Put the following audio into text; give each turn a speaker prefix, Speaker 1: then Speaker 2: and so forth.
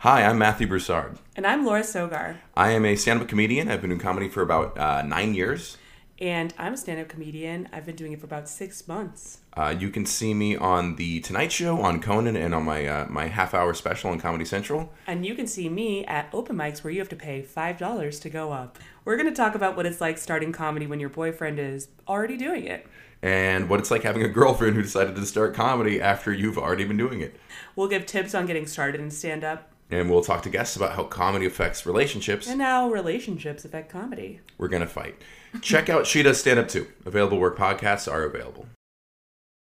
Speaker 1: Hi, I'm Matthew Broussard.
Speaker 2: And I'm Laura Sogar.
Speaker 1: I am a stand up comedian. I've been doing comedy for about uh, nine years.
Speaker 2: And I'm a stand up comedian. I've been doing it for about six months.
Speaker 1: Uh, you can see me on The Tonight Show, on Conan, and on my, uh, my half hour special on Comedy Central.
Speaker 2: And you can see me at open mics where you have to pay $5 to go up. We're going to talk about what it's like starting comedy when your boyfriend is already doing it.
Speaker 1: And what it's like having a girlfriend who decided to start comedy after you've already been doing it.
Speaker 2: We'll give tips on getting started in stand up.
Speaker 1: And we'll talk to guests about how comedy affects relationships.
Speaker 2: And how relationships affect comedy.
Speaker 1: We're going to fight. Check out She Does Stand Up Too. Available where podcasts are available.